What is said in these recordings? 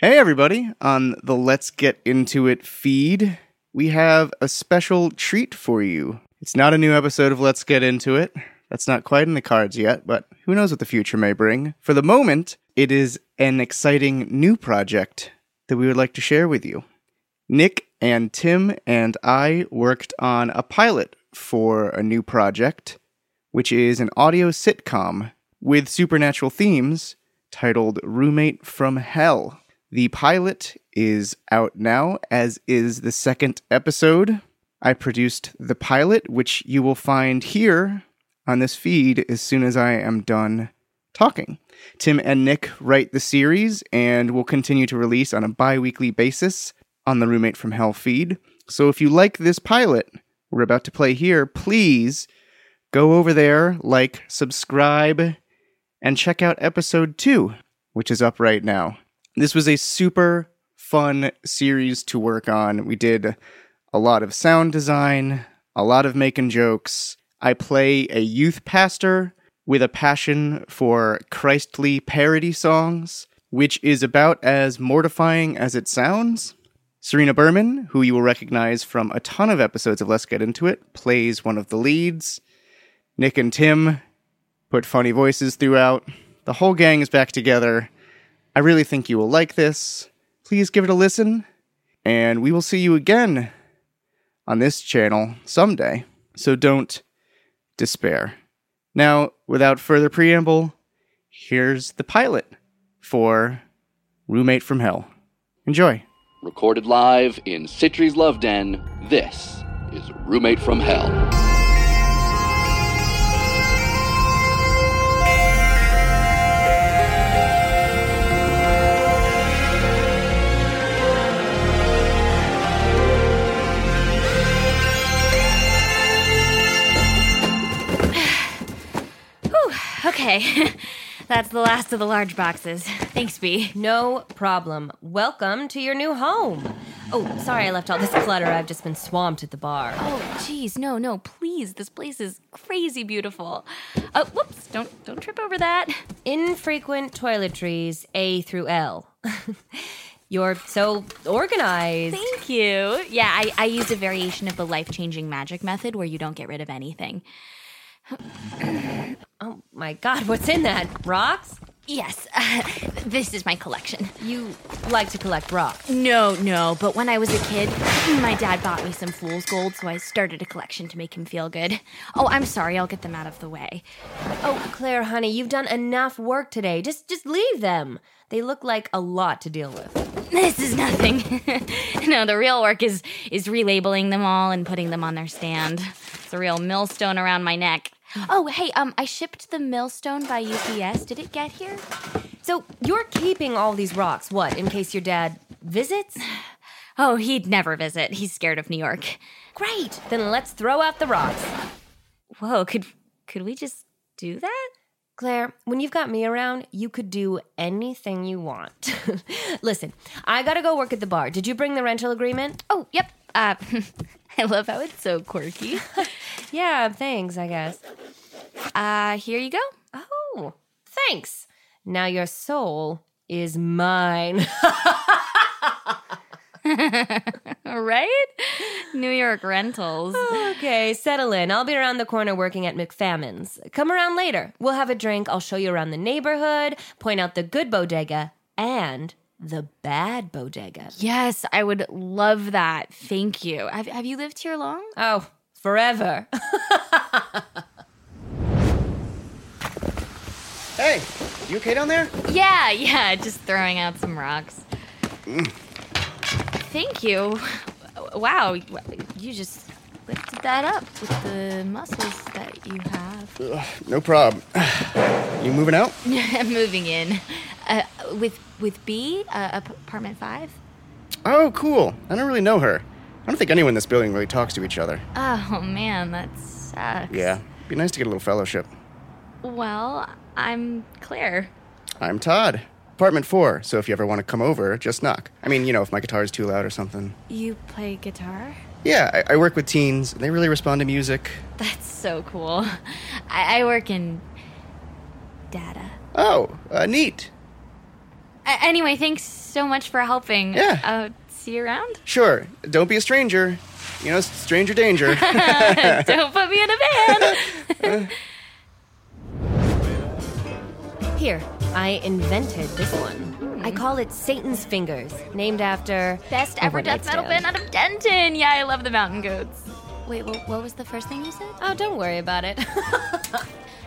Hey, everybody, on the Let's Get Into It feed, we have a special treat for you. It's not a new episode of Let's Get Into It. That's not quite in the cards yet, but who knows what the future may bring. For the moment, it is an exciting new project that we would like to share with you. Nick and Tim and I worked on a pilot for a new project, which is an audio sitcom with supernatural themes titled Roommate from Hell. The pilot is out now, as is the second episode. I produced the pilot, which you will find here on this feed as soon as I am done talking. Tim and Nick write the series and will continue to release on a bi weekly basis on the Roommate from Hell feed. So if you like this pilot we're about to play here, please go over there, like, subscribe, and check out episode two, which is up right now. This was a super fun series to work on. We did a lot of sound design, a lot of making jokes. I play a youth pastor with a passion for Christly parody songs, which is about as mortifying as it sounds. Serena Berman, who you will recognize from a ton of episodes of Let's Get Into It, plays one of the leads. Nick and Tim put funny voices throughout. The whole gang is back together. I really think you will like this. Please give it a listen, and we will see you again on this channel someday. So don't despair. Now, without further preamble, here's the pilot for Roommate from Hell. Enjoy. Recorded live in Citri's Love Den, this is Roommate from Hell. Okay. That's the last of the large boxes. Thanks, B. No problem. Welcome to your new home. Oh, sorry I left all this clutter. I've just been swamped at the bar. Oh, jeez, no, no, please. This place is crazy beautiful. Oh, whoops. Don't don't trip over that. Infrequent toiletries A through L. You're so organized. Thank you. Yeah, I, I used a variation of the life-changing magic method where you don't get rid of anything. Oh my god, what's in that? Rocks? Yes, uh, this is my collection. You like to collect rocks. No, no, but when I was a kid, my dad bought me some fool's gold, so I started a collection to make him feel good. Oh, I'm sorry, I'll get them out of the way. Oh, Claire, honey, you've done enough work today. Just just leave them. They look like a lot to deal with. This is nothing. no, the real work is is relabeling them all and putting them on their stand. It's a real millstone around my neck. Oh, hey, um, I shipped the millstone by UPS. Did it get here? So, you're keeping all these rocks, what, in case your dad visits? Oh, he'd never visit. He's scared of New York. Great. Then let's throw out the rocks. Whoa, could could we just do that? Claire, when you've got me around, you could do anything you want. Listen, I gotta go work at the bar. Did you bring the rental agreement? Oh, yep. Uh, I love how it's so quirky. Yeah, thanks, I guess. Uh, here you go. Oh, thanks. Now your soul is mine. Right? New York rentals. okay, settle in. I'll be around the corner working at McFamines. Come around later. We'll have a drink. I'll show you around the neighborhood, point out the good bodega and the bad bodega. Yes, I would love that. Thank you. Have Have you lived here long? Oh, forever. Hey, you okay down there? Yeah, yeah. Just throwing out some rocks. Thank you. Wow, you just lifted that up with the muscles that you have. No problem. You moving out? I'm moving in uh, with with B, uh, ap- apartment five. Oh, cool. I don't really know her. I don't think anyone in this building really talks to each other. Oh man, that sucks. Yeah. Be nice to get a little fellowship. Well, I'm Claire. I'm Todd. Apartment four, so if you ever want to come over, just knock. I mean, you know, if my guitar is too loud or something. You play guitar? Yeah, I, I work with teens. They really respond to music. That's so cool. I, I work in data. Oh, uh, neat. A- anyway, thanks so much for helping. Yeah. Uh, see you around. Sure, don't be a stranger. You know, stranger danger. Don't put me in a van. Here, I invented this one. I call it Satan's Fingers, named after Best a ever one-night death metal stand. band out of Denton. Yeah, I love the Mountain Goats. Wait, wha- what was the first thing you said? Oh, don't worry about it.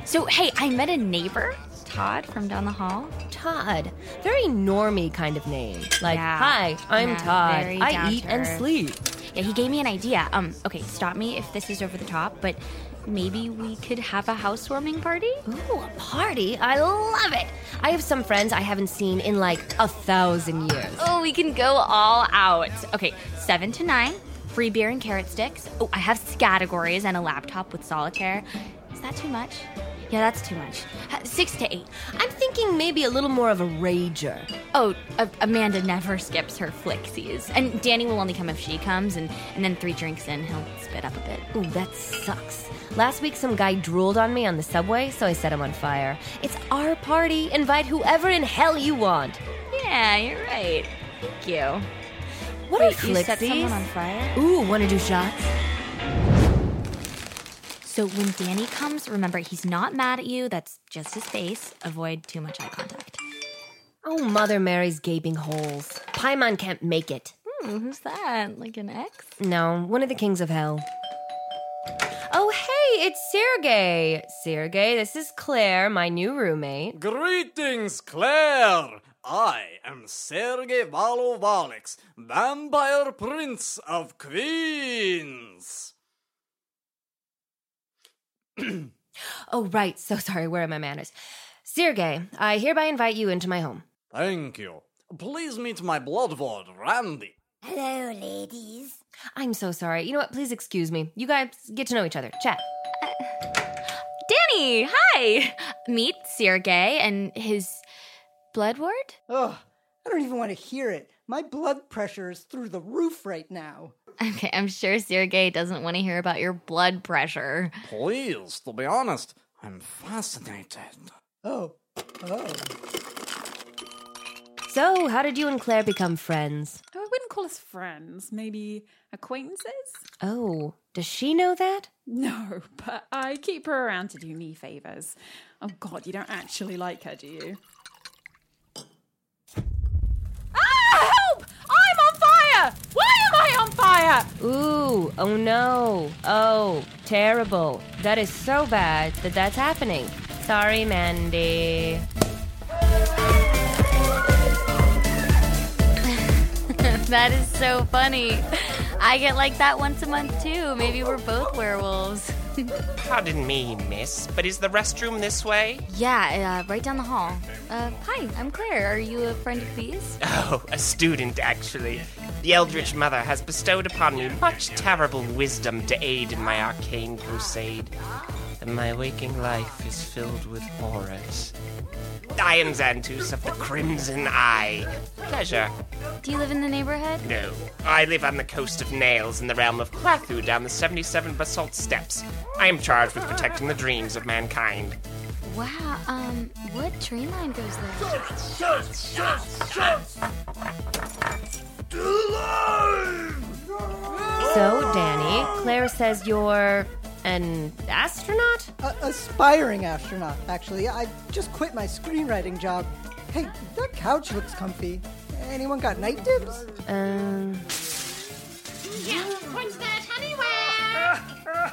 So, hey, I met a neighbor, Todd, from down the hall. Todd, very normy kind of name. Like, Yeah. hi, I'm Yeah, Todd. very I down eat to and earth. sleep. Yeah, he gave me an idea. Um, okay, stop me if this is over the top, but maybe we could have a housewarming party? Ooh, a party! I love it. I have some friends I haven't seen in like a thousand years. Oh, we can go all out. Okay, seven to nine, free beer and carrot sticks. Oh, I have categories and a laptop with solitaire. Is that too much? Yeah, that's too much. Uh, Six to eight. I'm thinking maybe a little more of a rager. Oh, A- Amanda never skips her flixies. And Danny will only come if she comes, and, and then three drinks in, he'll spit up a bit. Ooh, that sucks. Last week, some guy drooled on me on the subway, so I set him on fire. It's our party. Invite whoever in hell you want. Yeah, you're right. Thank you. What are Wait, flixies? you set someone on fire? Ooh, want to do shots? So when Danny comes, remember he's not mad at you. That's just his face. Avoid too much eye contact. Oh, Mother Mary's gaping holes. Paimon can't make it. Hmm, who's that? Like an ex? No, one of the kings of hell. Oh, hey, it's Sergey. Sergey, this is Claire, my new roommate. Greetings, Claire! I am Sergei Valovalix, Vampire Prince of Queens! Oh, right, so sorry, where are my manners? Sergey, I hereby invite you into my home. Thank you. Please meet my bloodlord, Randy. Hello, ladies. I'm so sorry. You know what? Please excuse me. You guys get to know each other. Chat. Danny, hi. Meet Sergey and his blood ward. Ugh, I don't even want to hear it. My blood pressure is through the roof right now. Okay, I'm sure Sergey doesn't want to hear about your blood pressure. Please, to be honest, I'm fascinated. Oh, oh. So, how did you and Claire become friends? I wouldn't call us friends, maybe acquaintances? Oh, does she know that? No, but I keep her around to do me favors. Oh god, you don't actually like her, do you? Ah, help! I'm on fire! Why am I on fire? Ooh, oh no. Oh, terrible. That is so bad that that's happening. Sorry, Mandy. that is so funny. I get like that once a month too. Maybe we're both werewolves. Pardon me, miss, but is the restroom this way? Yeah, uh, right down the hall. Uh, hi, I'm Claire. Are you a friend of these? Oh, a student, actually. The Eldritch Mother has bestowed upon me much terrible wisdom to aid in my arcane crusade, and my waking life is filled with horrors. I am Xantus of the Crimson Eye. Pleasure. Do you live in the neighborhood? No, I live on the coast of Nails in the realm of Quathu down the 77 basalt steps. I am charged with protecting the dreams of mankind. Wow, um, what train line goes there? So, Danny, Claire says you're an astronaut? A- aspiring astronaut, actually. I just quit my screenwriting job. Hey, that couch looks comfy. Anyone got night dibs? Um,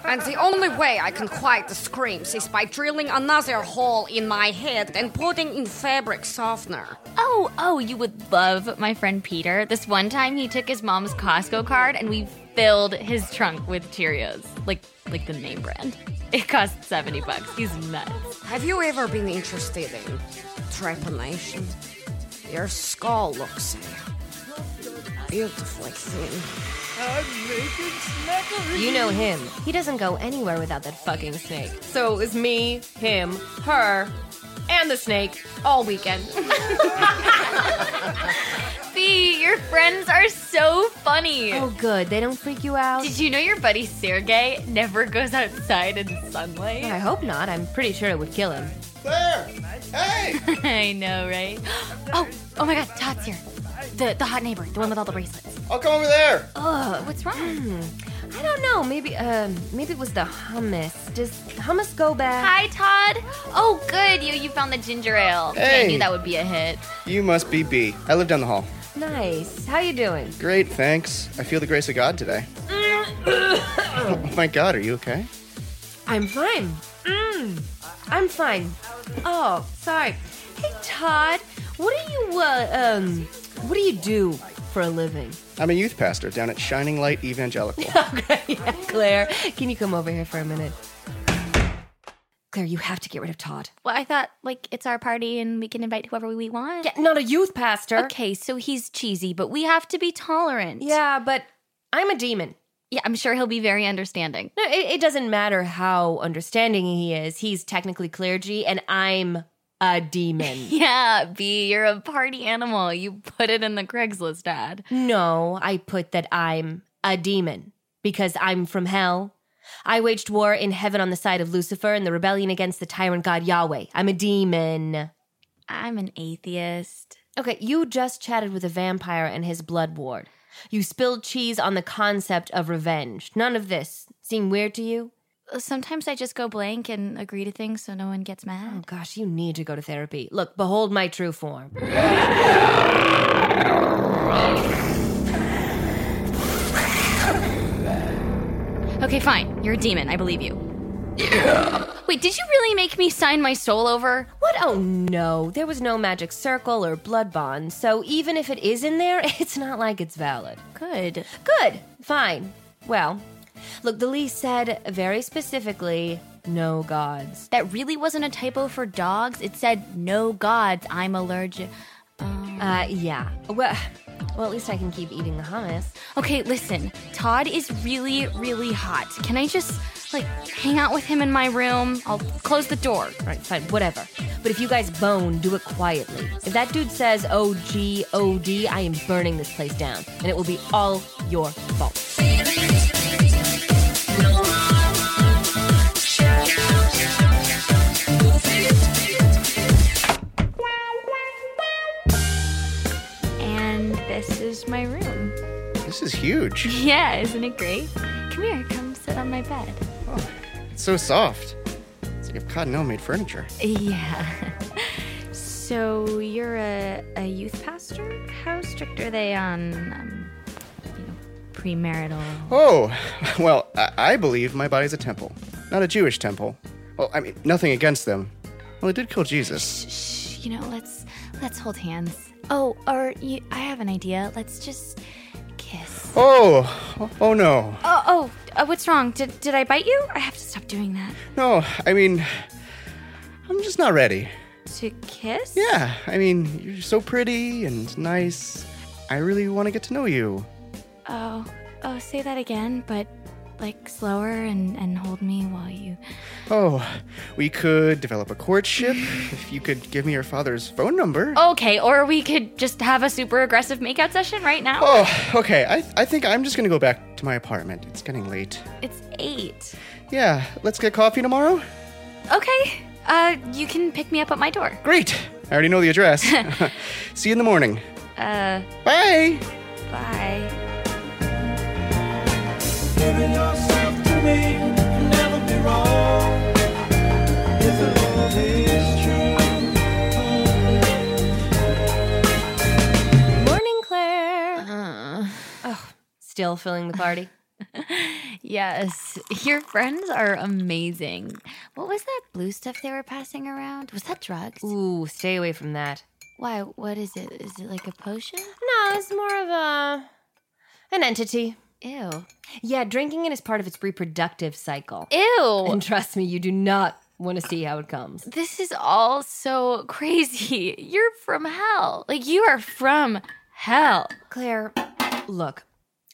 And the only way I can quiet the screams is by drilling another hole in my head and putting in fabric softener. Oh, oh, you would love my friend Peter. This one time he took his mom's Costco card and we filled his trunk with Cheerios. Like like the name brand. It cost 70 bucks. He's nuts. Have you ever been interested in trepanation? Your skull looks beautifully thin. you know him. He doesn't go anywhere without that fucking snake. So it was me, him, her, and the snake all weekend. Fee, your friends are so funny. oh, good. They don't freak you out? Did you know your buddy Sergey never goes outside in sunlight? I hope not. I'm pretty sure it would kill him. There! Hey! I know, right? Oh, oh my God, Todd's here. The the hot neighbor, the one with all the bracelets. I'll come over there! What's wrong? I don't know. Maybe, um, maybe it was the hummus. Does hummus go bad? Hi, Todd. Oh, good, you you found the ginger ale. I Hey. knew that would be a hit. You must be B. I live down the hall. Nice. How you doing? Great, thanks. I feel the grace of God today. oh my god, are you okay? I'm fine. Mm, I'm fine. Oh, sorry. Hey, Todd. What do you, uh, um, what do you do for a living? I'm a youth pastor down at Shining Light Evangelical. yeah, Claire, can you come over here for a minute? Claire, you have to get rid of Todd. Well, I thought like it's our party and we can invite whoever we want. Yeah, not a youth pastor. Okay, so he's cheesy, but we have to be tolerant. Yeah, but I'm a demon. Yeah, I'm sure he'll be very understanding. No, it, it doesn't matter how understanding he is. He's technically clergy, and I'm a demon. Yeah, B, you're a party animal. You put it in the Craigslist ad. no, I put that I'm a demon because I'm from hell. I waged war in heaven on the side of Lucifer and the rebellion against the tyrant god Yahweh. I'm a demon. I'm an atheist. Okay, you just chatted with a vampire and his blood ward. You spilled cheese on the concept of revenge. None of this seem weird to you? Sometimes I just go blank and agree to things so no one gets Oh mad. gosh, you need to go to therapy. Look, behold my true form. Okay, fine. You're a demon. I believe you. Wait, did you really make me sign my soul over? What? Oh no, there was no magic circle or blood bond, so even if it is in there, it's not like it's valid. Good. Good, fine. Well, look, the lease said very specifically no gods. That really wasn't a typo for dogs. It said, no gods, I'm allergic. Uh, yeah. Well, well, at least I can keep eating the hummus. Okay, listen. Todd is really, really hot. Can I just, like, hang out with him in my room? I'll close the door. All right, fine, whatever. But if you guys bone, do it quietly. If that dude says O G O D, I am burning this place down, and it will be all your fault. And this is my room. this is huge. Yeah, isn't it great? Come here, come sit on my bed. Oh, It's so soft. It's like cotton no made furniture. Yeah. so you're a, a youth pastor? How strict are they on, um, you know, premarital? Oh, well, I, I believe my body's a temple, not a Jewish temple. Well, I mean, nothing against them. Well, it did kill Jesus. Shh, shh, you know, let's let's hold hands. Oh, or you, I have an idea. Let's just kiss. Oh, oh no. Oh, oh, uh, what's wrong? Did did I bite you? I have to stop doing that. No, I mean, I'm just not ready. To kiss? Yeah, I mean, you're so pretty and nice. I really want to get to know you. Oh, oh, say that again, but like slower and and hold me while you. Oh, we could develop a courtship if you could give me your father's phone number. Okay, or we could just have a super aggressive makeout session right now. Oh, okay. I, I think I'm just gonna go back to my apartment. It's getting late. It's eight. Yeah, let's get coffee tomorrow? Okay. Uh, you can pick me up at my door. Great! I already know the address. See you in the morning. Uh, Bye! bye. Morning, Claire. Oh, still filling the party. Yes, your friends are amazing. What was that blue stuff they were passing around? Was that drugs? Ooh, stay away from that. Why? What is it? Is it like a potion? No, it's more of a an entity. Ew. Yeah, drinking it is part of its reproductive cycle. Ew. And trust me, you do not want to see how it comes. This is all so crazy. You're from hell. Like you are from hell. Claire, look,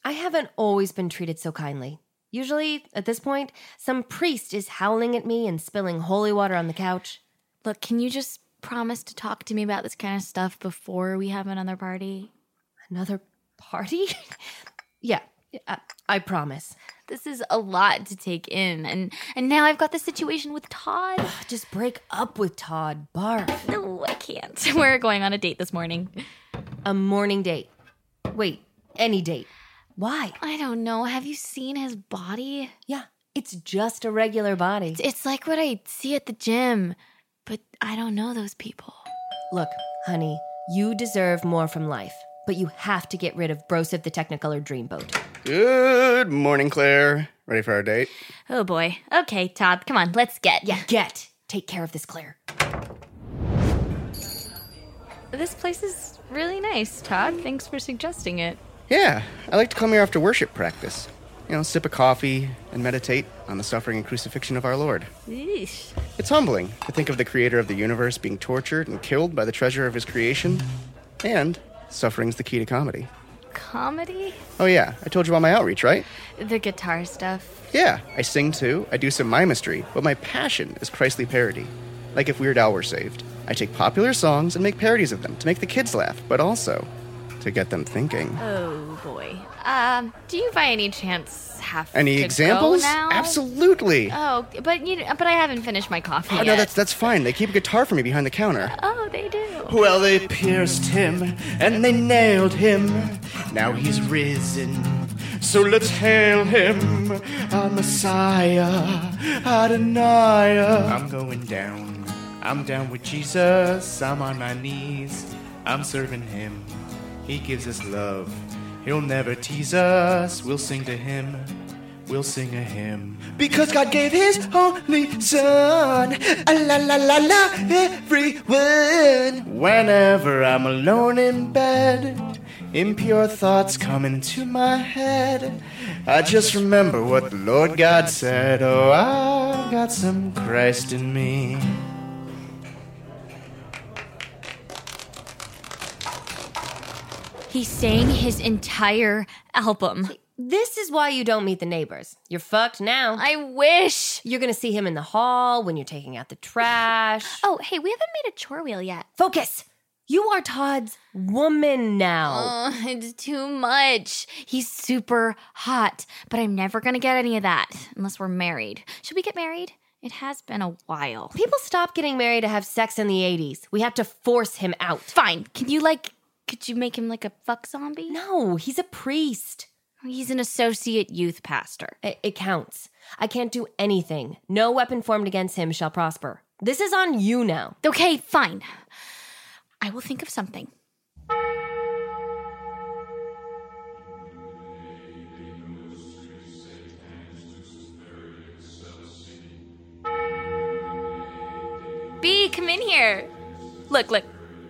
I haven't always been treated so kindly. Usually, at this point, some priest is howling at me and spilling holy water on the couch. Look, can you just promise to talk to me about this kind of stuff before we have another party? Another party? yeah, I, I promise. This is a lot to take in, and and now I've got the situation with Todd. Just break up with Todd. Barf. No, I can't. We're going on a date this morning. A morning date. Wait, any date. Why? I don't know. Have you seen his body? Yeah, it's just a regular body. It's like what I see at the gym, but I don't know those people. Look, honey, you deserve more from life, but you have to get rid of Brosif the Technicolor Dreamboat. Good morning, Claire. Ready for our date? Oh boy. Okay, Todd, come on, let's get. Yeah. Get. Take care of this, Claire. This place is really nice, Todd. Thanks for suggesting it. Yeah, I like to come here after worship practice. You know, sip a coffee and meditate on the suffering and crucifixion of our Lord. Eesh. It's humbling to think of the creator of the universe being tortured and killed by the treasure of his creation. And suffering's the key to comedy. Comedy? Oh, yeah, I told you about my outreach, right? The guitar stuff. Yeah, I sing too, I do some mimicry, but my passion is Christly parody. Like if Weird Al were saved. I take popular songs and make parodies of them to make the kids laugh, but also to get them thinking. Oh boy. Um, do you by any chance have Any to go examples? now? Absolutely. Oh, but you but I haven't finished my coffee Oh, yet. no, that's that's fine. They keep a guitar for me behind the counter. Oh, they do. Well, they pierced him and they nailed him. Now he's risen. So let's hail him, our Messiah, Adonai. I'm going down. I'm down with Jesus. I'm on my knees. I'm serving him. He gives us love. He'll never tease us. We'll sing to him. We'll sing a hymn. Because God gave his only son. A la la la la, everyone. Whenever I'm alone in bed, impure thoughts come into my head. I just remember what the Lord God said. Oh, I've got some Christ in me. He sang his entire album. This is why you don't meet the neighbors. You're fucked now. I wish. You're gonna see him in the hall when you're taking out the trash. Oh, hey, we haven't made a chore wheel yet. Focus! You are Todd's woman now. Oh, it's too much. He's super hot, but I'm never going to get any of that unless we're married. Should we get married? It has been a while. People stopped getting married to have sex in the 80s. We have to force him out. Fine. Can you, like, could you make him like a fuck zombie? No, he's a priest. He's an associate youth pastor. It, it counts. I can't do anything. No weapon formed against him shall prosper. This is on you now. Okay, fine. I will think of something. B, come in here. Look, look.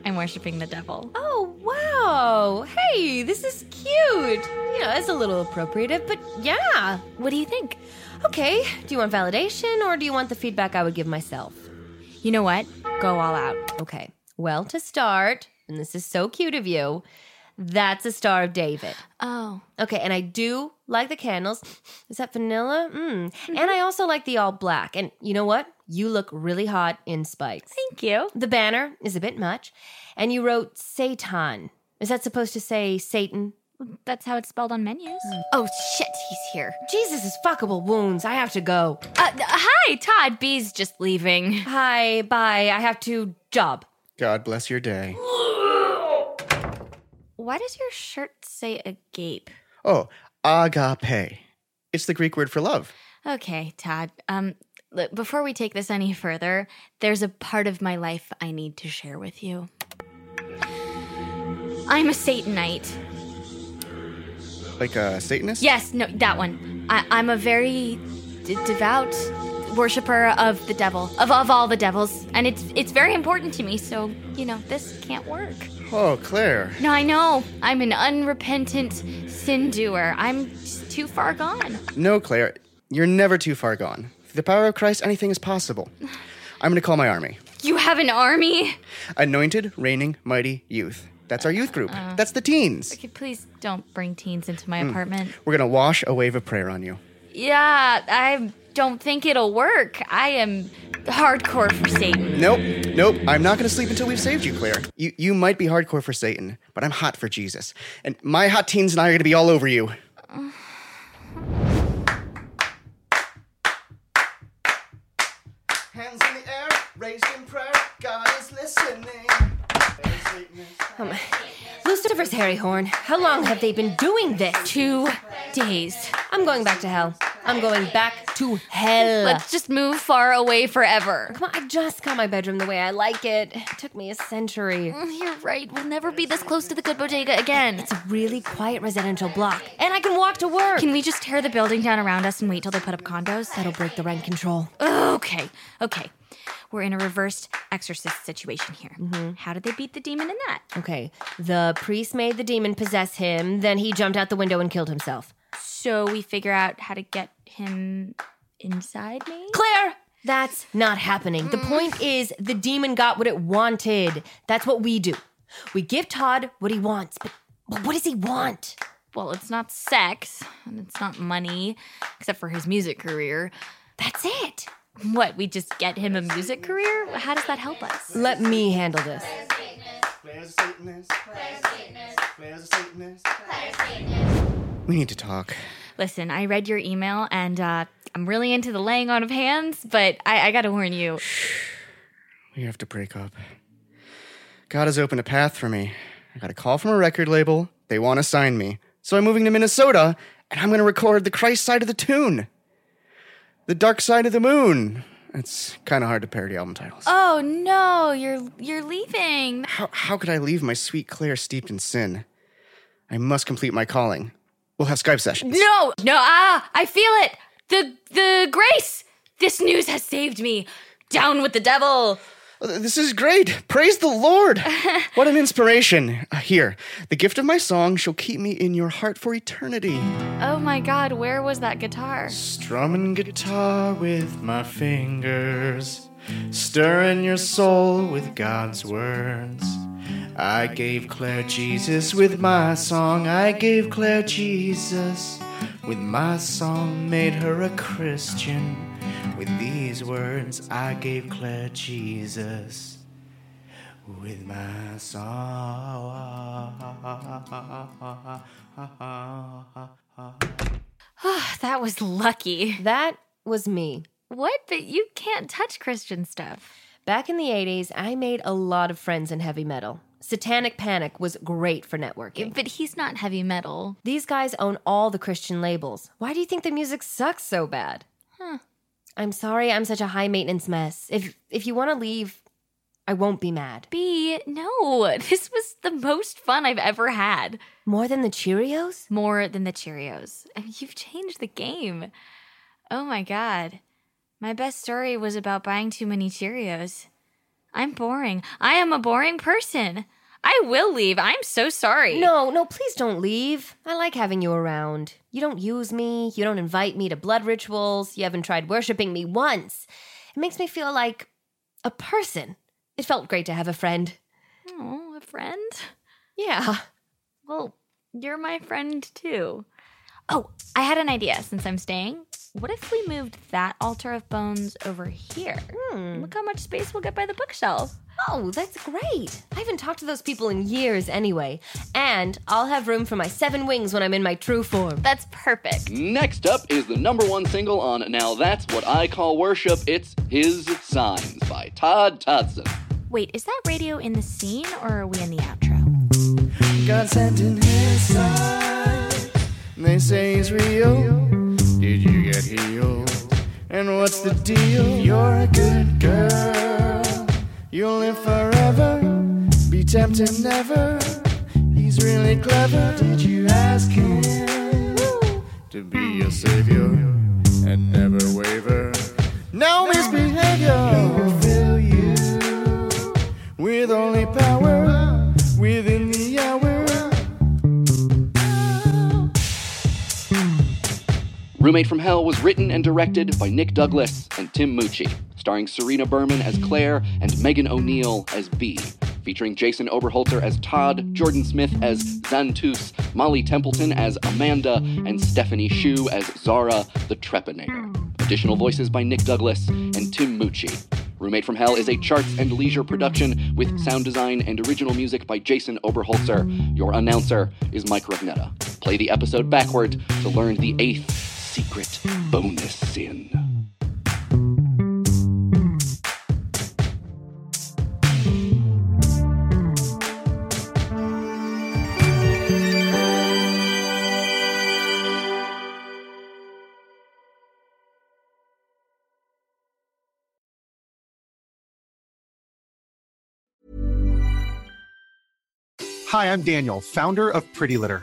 I'm worshiping the devil. Oh, wow. Hey, this is cute. You know, it's a little appropriative, but yeah. What do you think? Okay, do you want validation or do you want the feedback I would give myself? You know what? Go all out. Okay, well, to start, and this is so cute of you, that's a Star of David. Oh. Okay, and I do like the candles. Is that vanilla? Mm. And I also like the all black. And you know what? You look really hot in spikes. Thank you. The banner is a bit much. And you wrote Satan. Is that supposed to say Satan? That's how it's spelled on menus. Oh, shit, he's here. Jesus is fuckable wounds. I have to go. Uh, hi, Todd. B's just leaving. Hi, bye. I have to job. God bless your day. Why does your shirt say agape? Oh, agape. It's the Greek word for love. Okay, Todd. Um, look, before we take this any further, there's a part of my life I need to share with you. I'm a Satanite. Like a Satanist? Yes, no, that one. I, I'm a very d- devout worshiper of the devil, of, of all the devils, and it's it's very important to me. So you know, this can't work. Oh, Claire. No, I know. I'm an unrepentant sin doer. I'm just too far gone. No, Claire, you're never too far gone. Through the power of Christ, anything is possible. I'm going to call my army You have an army. Anointed, Reigning, Mighty Youth. That's our youth group. That's the teens. Okay, please don't bring teens into my apartment. We're going to wash a wave of prayer on you. Yeah, I don't think it'll work. I am hardcore for Satan. Nope, nope, I'm not going to sleep until we've saved you, Claire. You, you might be hardcore for Satan, but I'm hot for Jesus. And my hot teens and I are going to be all over you. raised in prayer. God is listening. Lucifer's Harry Horn, how long have they been doing this? Two days. I'm going back to hell. I'm going back to hell. Let's just move far away forever. Come on, I just got my bedroom the way I like it. It took me a century. Mm, You're right. We'll never be this close to the good bodega again. It's a really quiet residential block, and I can walk to work. Can we just tear the building down around us and wait till they put up condos? That'll break the rent control. Ugh, okay, okay. We're in a reversed exorcist situation here. Mm-hmm. How did they beat the demon in that? Okay, the priest made the demon possess him, then he jumped out the window and killed himself. So we figure out how to get him inside me? Claire! That's not happening. The point is, the demon got what it wanted. That's what we do. We give Todd what he wants, but what does he want? Well, it's not sex and it's not money, except for his music career. That's it. What, we just get him a music career? How does that help us? Let me handle this. Claire's a Satanist. Claire's a Satanist. We need to talk. Listen, I read your email and uh, I'm really into the laying on of hands, but I, I gotta warn you. We have to break up. God has opened a path for me. I got a call from a record label. They want to sign me. So I'm moving to Minnesota and I'm going to record the Christ side of the tune. The Dark Side of the Moon. It's kind of hard to parody album titles. Oh no, you're you're leaving. How, how could I leave my sweet Claire steeped in sin? I must complete my calling. We'll have Skype sessions. No, no, ah, I feel it. The the grace. This news has saved me. Down with the devil. Uh, This is great. Praise the Lord. what an inspiration. Uh, Here, the gift of my song shall keep me in your heart for eternity. Oh my god, where was that guitar? Strumming guitar with my fingers, stirring your soul with God's words. I gave Claire Jesus with my song. I gave Claire Jesus with my song. Made her a Christian. With these words, I gave Claire Jesus with my song. That was lucky. That was me. What? But you can't touch Christian stuff. Back in the 80s, I made a lot of friends in heavy metal. Satanic Panic was great for networking. But he's not heavy metal. These guys own all the Christian labels. Why do you think the music sucks so bad? Huh. I'm sorry I'm such a high maintenance mess. If if you want to leave, I won't be mad. B, no. This was the most fun I've ever had. More than the Cheerios? More than the Cheerios. I mean, you've changed the game. Oh my god. My best story was about buying too many Cheerios. I'm boring. I am a boring person. I will leave. I'm so sorry. No, no, please don't leave. I like having you around. You don't use me, you don't invite me to blood rituals, you haven't tried worshiping me once. It makes me feel like a person. It felt great to have a friend. Oh, a friend? Yeah. Well, you're my friend too. Oh, I had an idea since I'm staying. What if we moved that altar of bones over here? Look how much space we'll get by the bookshelf. Oh, that's great. I haven't talked to those people in years anyway. And I'll have room for my seven wings when I'm in my true form. That's perfect. Next up is the number one single on Now That's What I Call Worship. It's His Signs by Todd Todson. Wait, is that radio in the scene or are we in the outro? God sent in his sign. They say he's real. Did you get healed? And what's the deal? You're a good girl. You'll live forever. Be tempted never. He's really clever. Did you ask him to be your savior and never waver? No misbehavior. He will fill you with only power within the hour. Roommate from Hell was written and directed by Nick Douglas and Tim Mucci, starring Serena Berman as Claire and Megan O'Neill as Bee, featuring Jason Oberholter as Todd, Jordan Smith as Xantus, Molly Templeton as Amanda, and Stephanie Shu as Zara the Trepanator. Additional voices by Nick Douglas and Tim Mucci. Roommate from Hell is a charts and leisure production with sound design and original music by Jason Oberholzer. Your announcer is Mike Rugnetta. Play the episode backward to learn the eighth secret bonus sin. Hi, I'm Daniel, founder of Pretty Litter.